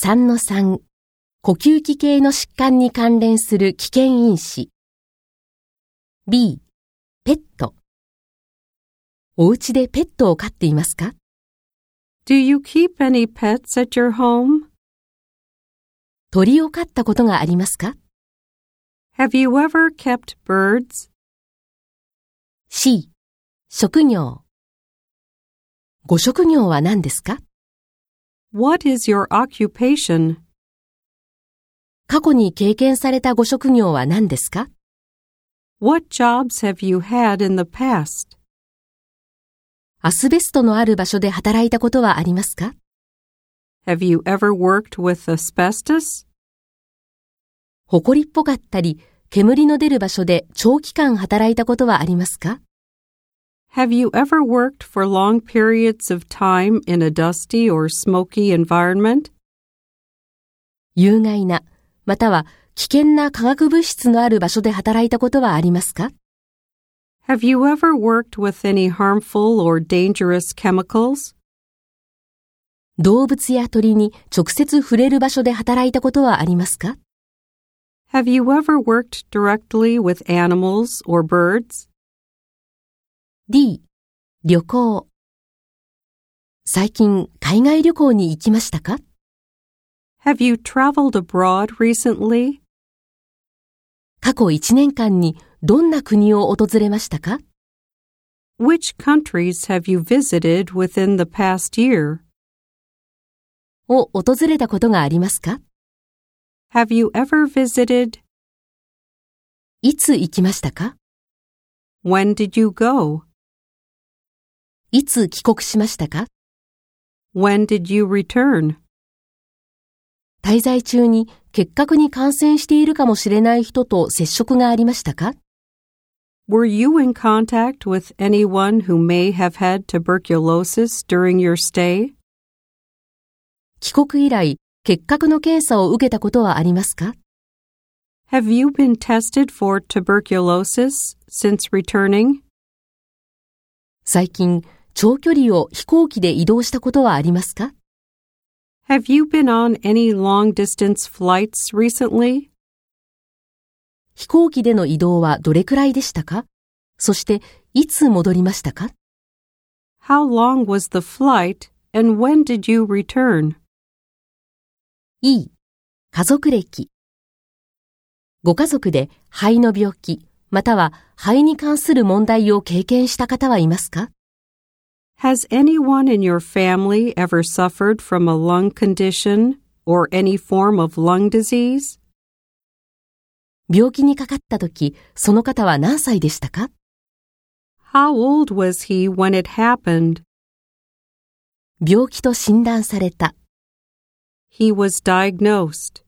3-3呼吸器系の疾患に関連する危険因子 B ペットお家でペットを飼っていますか Do you keep any pets at your home? 鳥を飼ったことがありますか Have you ever kept birds? C 職業ご職業は何ですか What is your occupation? 過去に経験されたご職業は何ですか What jobs have you had in the past? アスベストのある場所で働いたことはありますか Have you ever worked with asbestos? 埃っぽかったり煙の出る場所で長期間働いたことはありますか Have you ever worked for long periods of time in a dusty or smoky environment? 有害な、または危険な化学物質のある場所で働いたことはありますか Have you ever worked with any harmful or dangerous chemicals? 動物や鳥に直接触れる場所で働いたことはありますか Have you ever worked directly with animals or birds? ?D、旅行。最近、海外旅行に行きましたか Have you traveled abroad recently? 過去1年間にどんな国を訪れましたか Which countries have you visited within the past year? を訪れたことがありますか Have you ever visited? いつ行きましたか When did you go? いつ帰国しましたか When did you return? 滞在中に結核に感染しているかもしれない人と接触がありましたか Were you in contact with anyone who may have had tuberculosis during your stay? 帰国以来、結核の検査を受けたことはありますか Have you been tested for tuberculosis since returning? 最近、長距離を飛行機で移動したことはありますか Have you been on any long distance flights recently? 飛行機での移動はどれくらいでしたかそして、いつ戻りましたか How long was the flight and when did you return? ?E、家族歴。ご家族で肺の病気、または肺に関する問題を経験した方はいますか Has anyone in your family ever suffered from a lung condition or any form of lung disease? 病気にかかった時、その方は何歳でしたか How old was he when it happened? 病気と診断された。 He was diagnosed.